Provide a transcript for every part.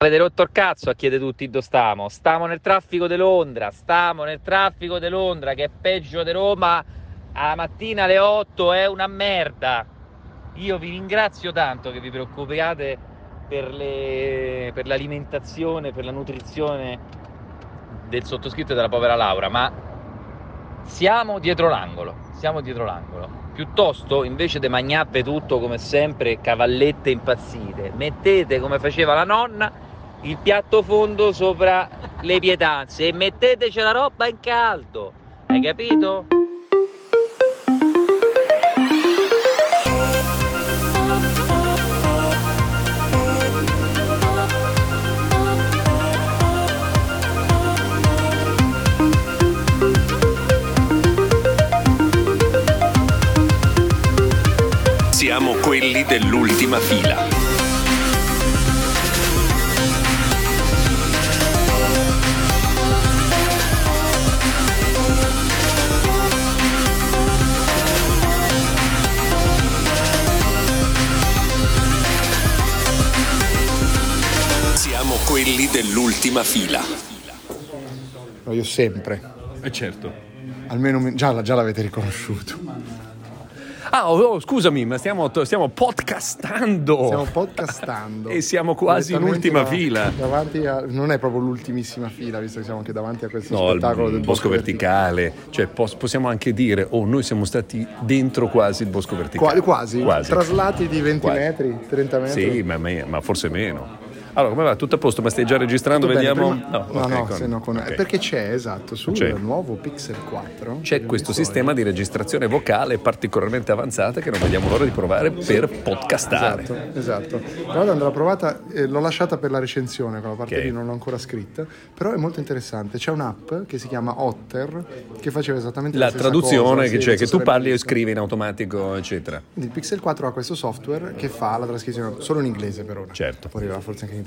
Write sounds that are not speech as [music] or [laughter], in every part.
Avete rotto il cazzo a chiedere tutti dove stiamo. Stiamo nel traffico di Londra, stiamo nel traffico di Londra che è peggio di Roma. Alla mattina alle 8 è una merda. Io vi ringrazio tanto che vi preoccupiate per, le- per l'alimentazione, per la nutrizione del sottoscritto e della povera Laura, ma siamo dietro l'angolo, siamo dietro l'angolo. Piuttosto, invece di magnappe tutto come sempre, cavallette impazzite, mettete come faceva la nonna il piatto fondo sopra le pietanze e metteteci la roba in caldo. Hai capito? Siamo quelli dell'ultima fila. Siamo quelli dell'ultima fila. Voglio sempre. Eh certo. Almeno mi- già, già l'avete riconosciuto. Ah, oh, oh, scusami, ma stiamo, stiamo podcastando. Stiamo podcastando. Oh. [laughs] E siamo quasi in ultima fila. Davanti a- non è proprio l'ultimissima fila, visto che siamo anche davanti a questo No, il spettacolo del bosco, verticale, cioè pos- possiamo anche dire, oh, noi siamo stati dentro quasi il bosco verticale. Qua- quasi. Traslati di 20 Quasi. metri, 30 metri. Sì, ma, me- ma forse meno. Allora, come va? Tutto a posto? Ma stai già registrando? Tutto bene, Vediamo. prima- No, ok, no, con- se no con- ok. perché c'è esatto sul C'è. nuovo Pixel 4 C'è questo sistema di registrazione vocale particolarmente avanzata che non vediamo l'ora di provare per podcastare. Esatto, esatto. Guarda, andrà provata, eh, l'ho lasciata per la recensione, quella parte Ok. lì non l'ho ancora scritta, però è molto interessante. C'è un'app che si chiama Otter che faceva esattamente la, La stessa traduzione cosa, che sì, c'è, non so che se tu l'hai parli e visto. scrivi in automatico, eccetera. Il Pixel 4 ha questo software che fa la trascrizione solo in inglese per ora. Certo. Poi arriverà forse anche in italiano.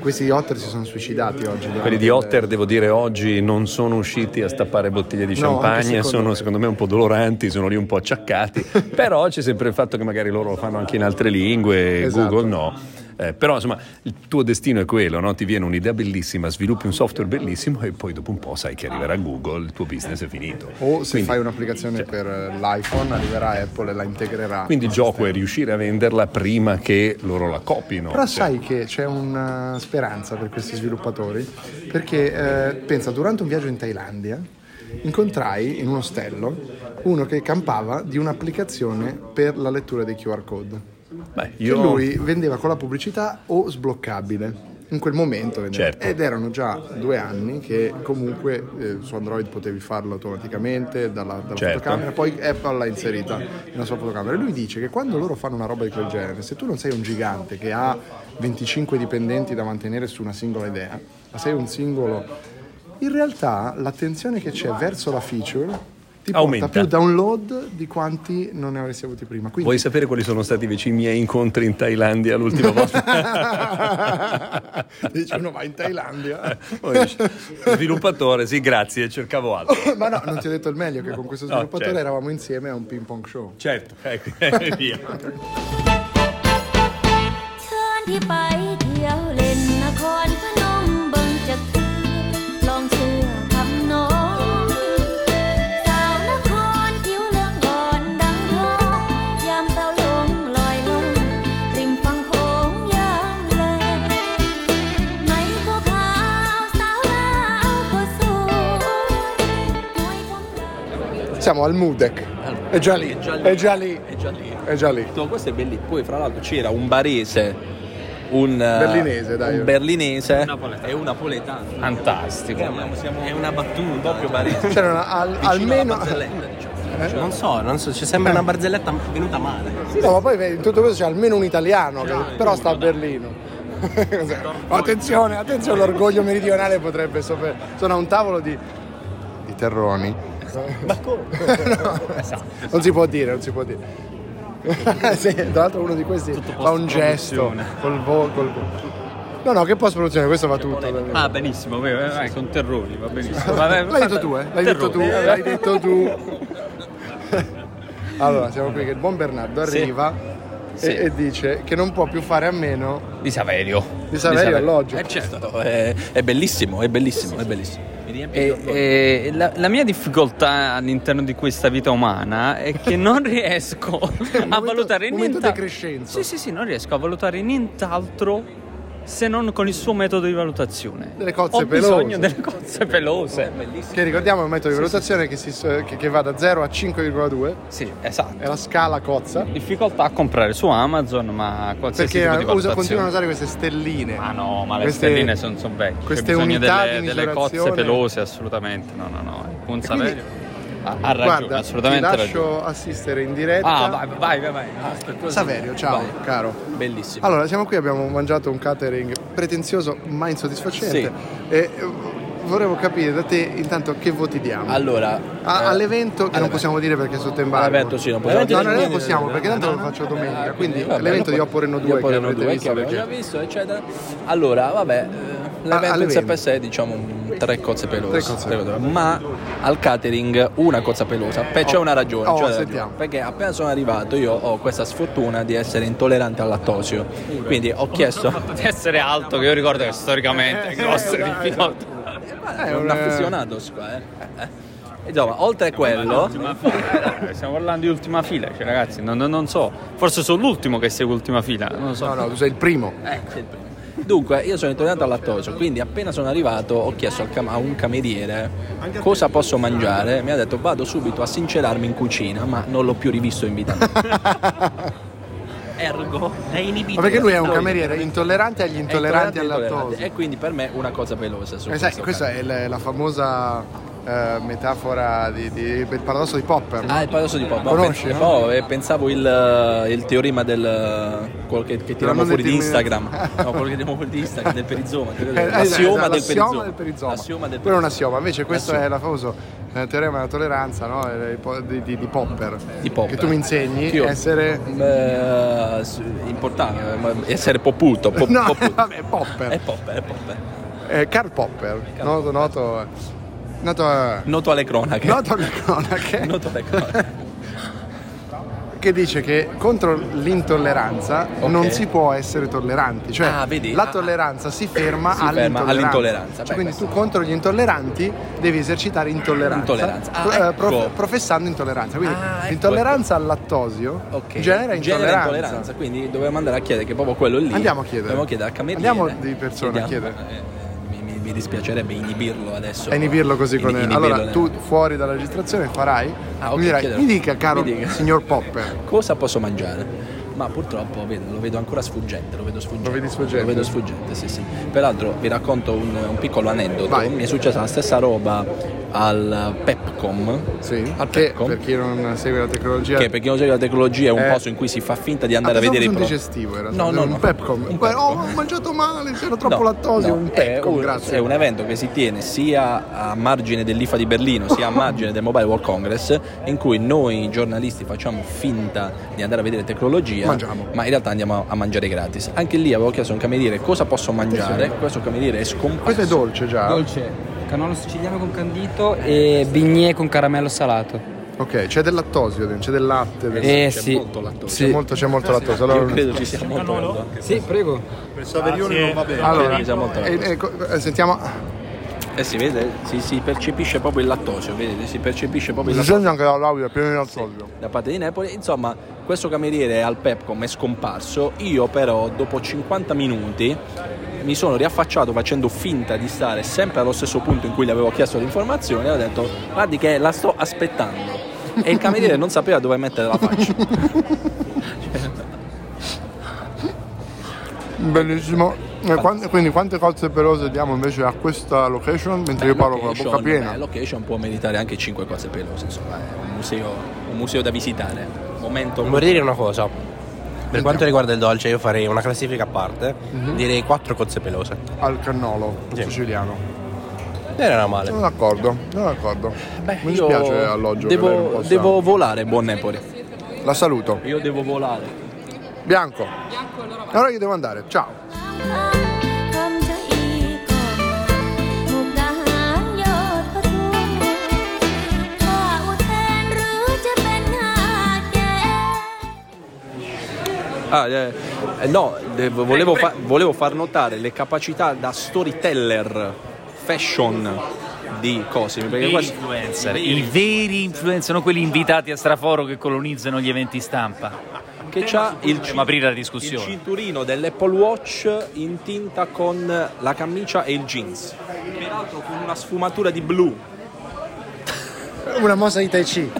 Questi di Otter si sono suicidati oggi. Quelli di Otter, devo dire, oggi non sono usciti a stappare bottiglie di No, champagne, anche secondo sono me. secondo me un po' doloranti, sono lì un po' acciaccati, [laughs] però c'è sempre il fatto che magari loro lo fanno anche in altre lingue, Esatto. Google no. Eh, però insomma il tuo destino è quello, no? ti viene un'idea bellissima, sviluppi un software bellissimo e poi dopo un po' sai che arriverà Google, il tuo business è finito. O se Quindi- cioè fai un'applicazione per eh, l'iPhone arriverà Apple e la integrerà. Quindi il gioco è riuscire a venderla prima che loro la copino. Però Cioè, sai che c'è una speranza per questi sviluppatori, perché eh, pensa, durante un viaggio in Thailandia incontrai in un ostello uno che campava di un'applicazione per la lettura dei QR code. beh, Che io- lui vendeva con la pubblicità o sbloccabile. In quel momento vendeva. Certo. ed erano già due anni che comunque eh, su Android potevi farlo automaticamente dalla, dalla Certo. fotocamera, poi Apple l'ha inserita nella sua fotocamera. E lui dice che quando loro fanno una roba di quel genere, se tu non sei un gigante che ha 25 dipendenti da mantenere su una singola idea, ma sei un singolo. In realtà l'attenzione che c'è verso la feature ti Aumenta. porta più download di quanti non ne avresti avuti prima. Quindi Vuoi sapere quali sono stati invece i miei incontri in Thailandia [laughs] l'ultima volta? Dice uno va in "Eh, Thailandia. Eh, Poi dice, Sviluppatore, sì, grazie, cercavo altro. [laughs] Ma no, non ti ho detto il meglio che con questo No, sviluppatore certo. eravamo insieme a un ping pong show. Certo, [laughs] ecco, e via. เชิญที่ไปเที่ยวเล่นนครพนมเบิ่งจะเทือลองเสื้อคำน้องสาวนครผิวเหลืองอ่อนดังทองยามเสาลงลอยลงริมฝั่งโขงยามแลงไหนก็ขาวสาวลาวก็สวยมวยของเรา Siamo al Mudec. È già lì. È già lì. È già lì. È già lì. No, questo è bellissimo. Poi, fra l'altro, c'era un barese, un eh, Berlinese, dai. un berlinese e un napoletano. Fantastico. È una, è una battuta, un doppio barese. C'era una- al- Vicino Cioè, almeno. Eh? alla barzelletta, diciamo. Non so, non so, ci sembra una barzelletta venuta male. No, ma poi vedi, in tutto questo c'è almeno un italiano, che- però sta a Berlino. [laughs] attenzione, attenzione, l'orgoglio meridionale potrebbe sopra. Sono a un tavolo di. di terroni. Ma come? [laughs] Non si può dire, non si può dire. [laughs] Sì, tra l'altro uno di questi fa un gesto col vo- col vo- No, no, che post produzione, questo va tutto. Ah, benissimo, vai, vai, vai, con Terroni, va benissimo. L'hai detto tu, eh? L'hai detto tu, l'hai [laughs] detto tu. Allora, siamo qui che il buon Bernardo arriva Sì. e, e dice che non può più fare a meno Di Saverio. di Saverio alloggio. cioè, Eh, certo, è, è bellissimo, è bellissimo, è bellissimo. E- e la, la mia difficoltà all'interno di questa vita umana è [laughs] che non riesco a momento- valutare momento nient'altro. decrescenzo. Sì, sì, sì, non riesco a valutare nient'altro se non con il suo metodo di valutazione. Delle cozze Ho pelose. bisogno delle cozze pelose. Che ricordiamo è un metodo di valutazione che, si s- che- che va da 0 a 5,2, Sì, esatto. è la scala cozza, Difficoltà a comprare su Amazon, ma qualsiasi perché tipo di eh, usa- valutazione. continuano a usare queste stelline. Ah no, ma le Queste- stelline sono son vecchie. C'è queste bisogno unità delle, di delle cozze misurazione. pelose, assolutamente. No, no, no. Il Ponza E quindi- Verde ha, ha ragione, Guarda, ti assolutamente lascio ragione. assistere in diretta. Ah, vai, vai, vai. vai. Saverio, ciao Vai. caro. Bellissimo. Allora, siamo qui, abbiamo mangiato un catering pretenzioso ma insoddisfacente. Sì. E eh, vorremmo capire da te intanto che voti diamo. Allora, A- eh, all'evento che non all'evento. possiamo dire perché è sotto embargo. All'evento sì, non possiamo No, dire no, non niente. Eh, possiamo perché tanto lo faccio domenica. Quindi l'evento di Opporeno 2 Di Oppo che Reno avete 2, visto che abbiamo già perché visto, eccetera. Allora, vabbè, eh, l'evento in sé all'evento. per sé è diciamo un- tre cozze pelose, Tre cozze tre cozze pelose. ma al catering una cozza pelosa, perché c'è una ragione, Oh, c'è una sentiamo. ragione. perché appena sono arrivato io ho questa sfortuna di essere intollerante al lattosio, quindi [laughs] ho chiesto Eh, Di essere alto, che io ricordo che storicamente [laughs] è grossa eh, difficoltà. è un affezionato qua, eh. Insomma, oltre a quello, Eh, Stiamo parlando di ultima fila, cioè ragazzi, non, non- non so. Forse sono l'ultimo che segue ultima fila, non lo so. No, no, tu sei il primo. [laughs] Eh, Dunque, io sono intollerante al lattosio, quindi appena sono arrivato ho chiesto al cam- a un cameriere cosa posso mangiare. Mi ha detto vado subito a sincerarmi in cucina, ma non l'ho più rivisto in vita. mia." [laughs] Ergo, è inibito. Ma perché lui è un No, cameriere intollerante agli è intolleranti al intollerante, Ecco, lattosio. E quindi per me una cosa veloce. Su Eh, sai, questa è la, la famosa eh, metafora di, di- del paradosso di Popper. Ah, il paradosso di Pop. Ma Conosci, pens- no? boh, eh, pensavo il, eh, il teorema del quello che, che Della tiriamo non fuori di determinazione. Instagram. [laughs] no, quello che tiriamo fuori di Instagram del perizoma. Eh, eh, L'assioma esatto, del l'assioma perizoma. del perizoma. L'assioma del Quello è un perizoma. assioma, invece questo è la famoso eh, teorema della tolleranza no? Eh, po- di, di- di Popper. Di Popper. Che tu mi insegni Che io- essere... Beh, s- importante, ma essere poputo. [laughs] pop- no, poputo. vabbè, Popper. È popper, è popper. Eh, Karl Popper, noto, noto, noto, [laughs] eh, Noto alle cronache. noto alle cronache, Noto [laughs] alle cronache. che dice che contro l'intolleranza Ok. non si può essere tolleranti, cioè Ah, vedi? la Ah. tolleranza si ferma Si ferma all'intolleranza. all'intolleranza. Cioè, Beh, quindi questo- tu contro gli intolleranti devi esercitare intolleranza, Intolleranza. Ah, pro- eh, prof- ecco. professando intolleranza. Quindi Ah, ecco, l'intolleranza al lattosio Ok. genera intolleranza. Quindi dovevamo andare a chiedere che proprio quello lì. Andiamo a chiedere. Dobbiamo chiedere al cameriere. Andiamo di persona a Chiediamo- eh, Mi, mi- mi dispiacerebbe inibirlo adesso. E inibirlo così con In- inibirlo Allora, nel- tu fuori dalla registrazione farai. Ah, ok, mi, dirai, chiedo. mi dica, caro Mi dica." signor Popper. cosa posso mangiare? Ma purtroppo vedo- lo vedo ancora sfuggente, lo vedo sfuggente. Lo vedi sfuggente? Lo vedo sfuggente, sì, sì. Peraltro vi racconto un, un piccolo aneddoto. Vai. Mi è successa la stessa roba al Pepcom. Sì, Al che Pepcom. per chi non segue la tecnologia. Che per chi non segue la tecnologia è un Eh. posto in cui si fa finta di andare Ah, a vedere pensavo i fosse un pro- digestivo era No, no, un no. Pepcom. Un Poi, Pepcom. oh, ho mangiato male, c'era troppo No, lattosio, no, un Pepcom, è un- grazie. È un evento che si tiene sia a margine dell'IFA di Berlino [laughs] sia a margine del Mobile World Congress in cui noi giornalisti facciamo finta di andare a vedere tecnologia Mangiamo. ma in realtà andiamo a, a mangiare gratis. Anche lì avevo chiesto a un cameriere cosa posso mangiare, questo cameriere è scomparso. Questo è dolce Ah. già. Dolce, cannolo siciliano con candito e bignè con caramello salato. Ok, c'è del lattosio dentro, c'è del latte, del- Eh, C'è sì. molto lattosio. c'è, molto, c'è molto lattosio. Io Allora, credo ci sia molto lattosio. Sì, prego. allora, c'è molto eh, lattosio. ecco, eh, sentiamo. Eh si vede, si, si percepisce proprio il lattosio, vedete, si percepisce proprio il Mi lattosio. sento anche la laurea piena di lattosio. da parte di Napoli. Insomma, questo cameriere al Pepcom è scomparso. Io, però, dopo 50 minuti mi sono riaffacciato facendo finta di stare sempre allo stesso punto in cui gli avevo chiesto l'informazione e ho detto: Guardi, che la sto aspettando. E il cameriere non sapeva dove mettere la faccia. Bellissimo. E quan- quindi quante cozze pelose diamo invece a questa location mentre [laughs] io parlo con la bocca Location, piena? beh, location può meritare anche 5 cose pelose. Insomma, è un museo, un museo da visitare. Momento. Vorrei dire una cosa. Per quanto riguarda il dolce, io farei una classifica a parte. Mhm. Direi quattro cozze pelose. Al cannolo Sì. siciliano. Non era male. Non d'accordo, non d'accordo. Mi io dispiace alloggio che lei non Devo, possa- devo volare, buon Napoli. La saluto. Io devo volare. Bianco. Allora io devo andare. Ciao. คำจะอีกก่อนมุกดาหารยอดพระทุ่งถ้าอุเทนหรือจะเป็นหาดแก่ Allora, Ah, eh, eh, no, eh, volevo, fa- volevo far notare le capacità da storyteller fashion di Cosimi. Perché Veri questo- influencer, i veri influencer, non quelli invitati a straforo che colonizzano gli eventi stampa. che c'ha il, Dobbiamo aprire la il discussione. cinturino dell'Apple Watch in tinta con la camicia e il jeans. Peraltro con una sfumatura di blu. Una mossa di Tai Chi.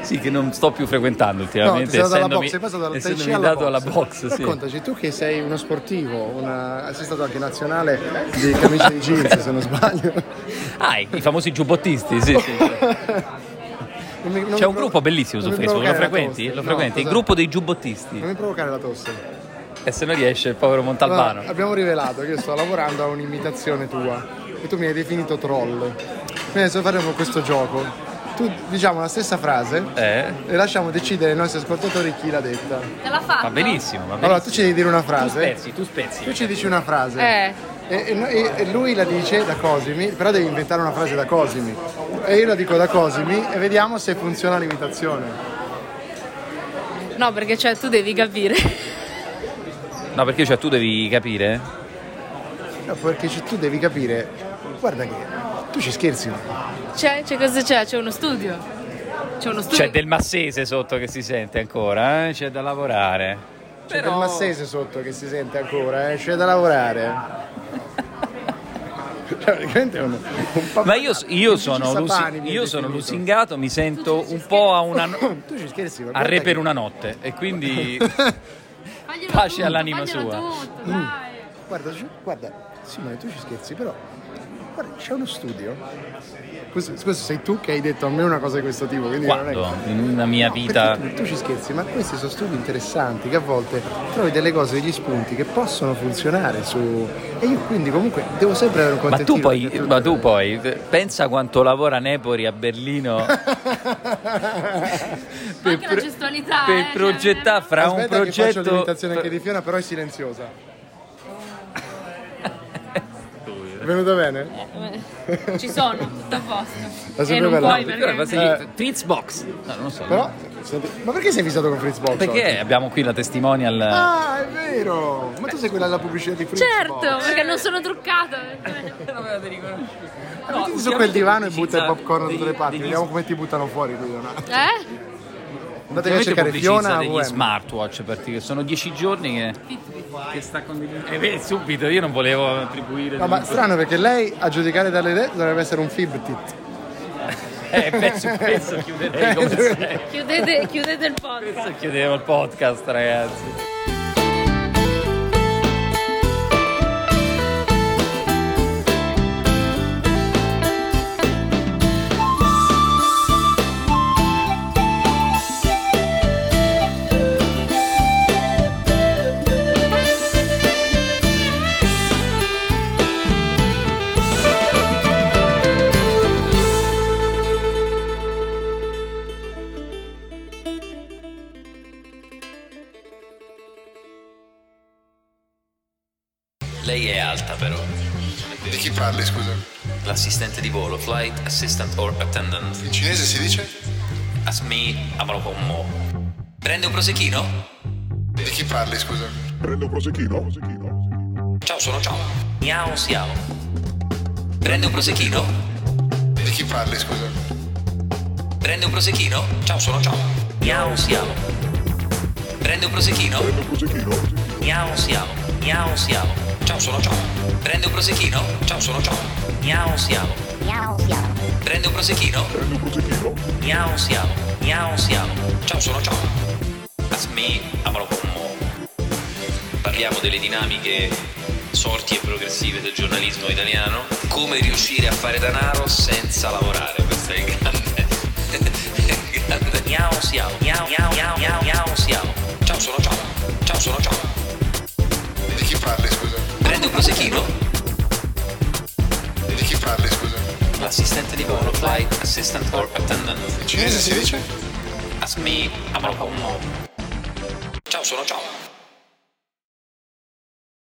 Sì, che non sto più frequentando No, ti ultimamente, sei dato alla essendomi, box, sei passato dal Tai Chi essendomi alla dato alla box. sì. Raccontaci, tu che sei uno sportivo, una- sei stato anche nazionale di camicia di jeans se non sbaglio. Ah, i i famosi giubbottisti, [laughs] sì, sì. Non mi- non mi C'è un provo- gruppo bellissimo su non mi Facebook, lo provocare la frequenti? tosse. Lo No, frequenti? Il cosa- Eh. gruppo dei giubbottisti. Non mi provocare la tosse. E se non riesce il povero Montalbano. Allora, abbiamo rivelato che io sto lavorando a un'imitazione tua e tu mi hai definito troll. Quindi adesso faremo questo gioco. Tu diciamo la stessa frase Eh? e lasciamo decidere ai nostri ascoltatori chi l'ha detta. Te l'ha fatta? Va benissimo, va benissimo. Allora tu ci devi dire una tu frase. spezzi, tu Tu spezzi. ci dici una frase. Eh, E, e no- e- e lui la dice da Cosimi, però devi inventare una frase da Cosimi. E io la dico da Cosimi e vediamo se funziona l'imitazione. no, perché cioè tu devi capire. [laughs] No, perché cioè tu devi capire. No, perché ci- tu devi capire, guarda che tu ci scherzi. C'è, c'è cosa c'è? C'è uno studio. C'è uno studio. C'è cioè, del massese sotto che si sente ancora, eh? c'è da lavorare. C'è del massese sotto che si sente ancora, eh? c'è da lavorare. cioè, praticamente è un, un papà- Ma io, io un sono, Gigi lusi- Sapani mi hai io sono definito. lusingato, mi sento un po' a una. no- [laughs] Tu ci scherzi, ma a guarda re per che- una notte [laughs] e quindi Faglielo Pace tutto, all'anima faglielo sua. Mm. tutto, dai. Guarda, ci- guarda, Simone, tu ci scherzi, però guarda, c'è uno studio. Questo, questo sei tu che hai detto a me una cosa di questo tipo, quindi non quando è che- nella mia No, vita perché Tu, tu ci scherzi, ma questi sono studi interessanti che a volte trovi delle cose, degli spunti che possono funzionare su. E io quindi comunque devo sempre avere un ma contentino. tu poi perché ma tu poi eh, pensa quanto lavora Nepori [laughs] a Berlino Ma anche la gestualità. eh, per cioè, progettare fra un Aspetta che faccio progetto l'imitazione anche di Fiona, però è silenziosa. È venuto bene? eh, Ci sono, tutto a posto. La E Eh, non bella. puoi Allora, perché... passagli- Eh. Fritzbox no, non lo so Però, senti, ma perché sei fissato con Fritz Box? perché oggi? abbiamo qui la testimonial Ah, è vero! Ma tu sei quella della pubblicità di Fritz Certo, Box? perché non sono truccata. Mettiti su quel divano e butta il pubblicizza popcorn da tutte le degli- parti, degli- vediamo come ti buttano fuori. Lui, no? Eh? Andatevi a cercare pubblicizza Fiona degli VM. smartwatch perché sono dieci giorni che, che sta condividendo e beh, subito io non volevo attribuire No, ma strano perché lei, a giudicare dalle idee, dovrebbe essere un Fibtit. eh, beh, su questo chiuderei come sempre Chiudete, chiudete il podcast. Adesso chiudevo il podcast, ragazzi. Lei è alta però. Di chi parli, scusa? L'assistente di volo, flight assistant or attendant. In cinese si dice? As me, avrò con mo. Prende un prosecchino? Di chi parli, scusa? Prendo prosecchino? Ciao, sono ciao. Miao, siamo. Prende un prosecchino? Di chi parli, scusa? Prende un prosecchino? Ciao, sono ciao. Miao, siamo. Prende un prosecchino? Miao, siamo. Miao, siamo. Ciao, sono ciao. Prende un prosecchino? Ciao, sono ciao. Miao, siamo. Prende un prosecchino? Miao siamo, miao siamo. Ciao sono ciao. Asmi Amalopomo. Parliamo delle dinamiche sorti e progressive del giornalismo italiano. Come riuscire a fare danaro senza lavorare. Questo è il grande. [laughs] il grande. Miao siamo, miao miao miao miao miao siamo. Ciao sono ciao. Ciao sono ciao. Di chi parli, scusa? Prende un prosecchino? Di chi parli, scusa? L'assistente di volo, flight assistant or attendant. In cinese si dice? Asmi Amalopomo. Ciao sono ciao.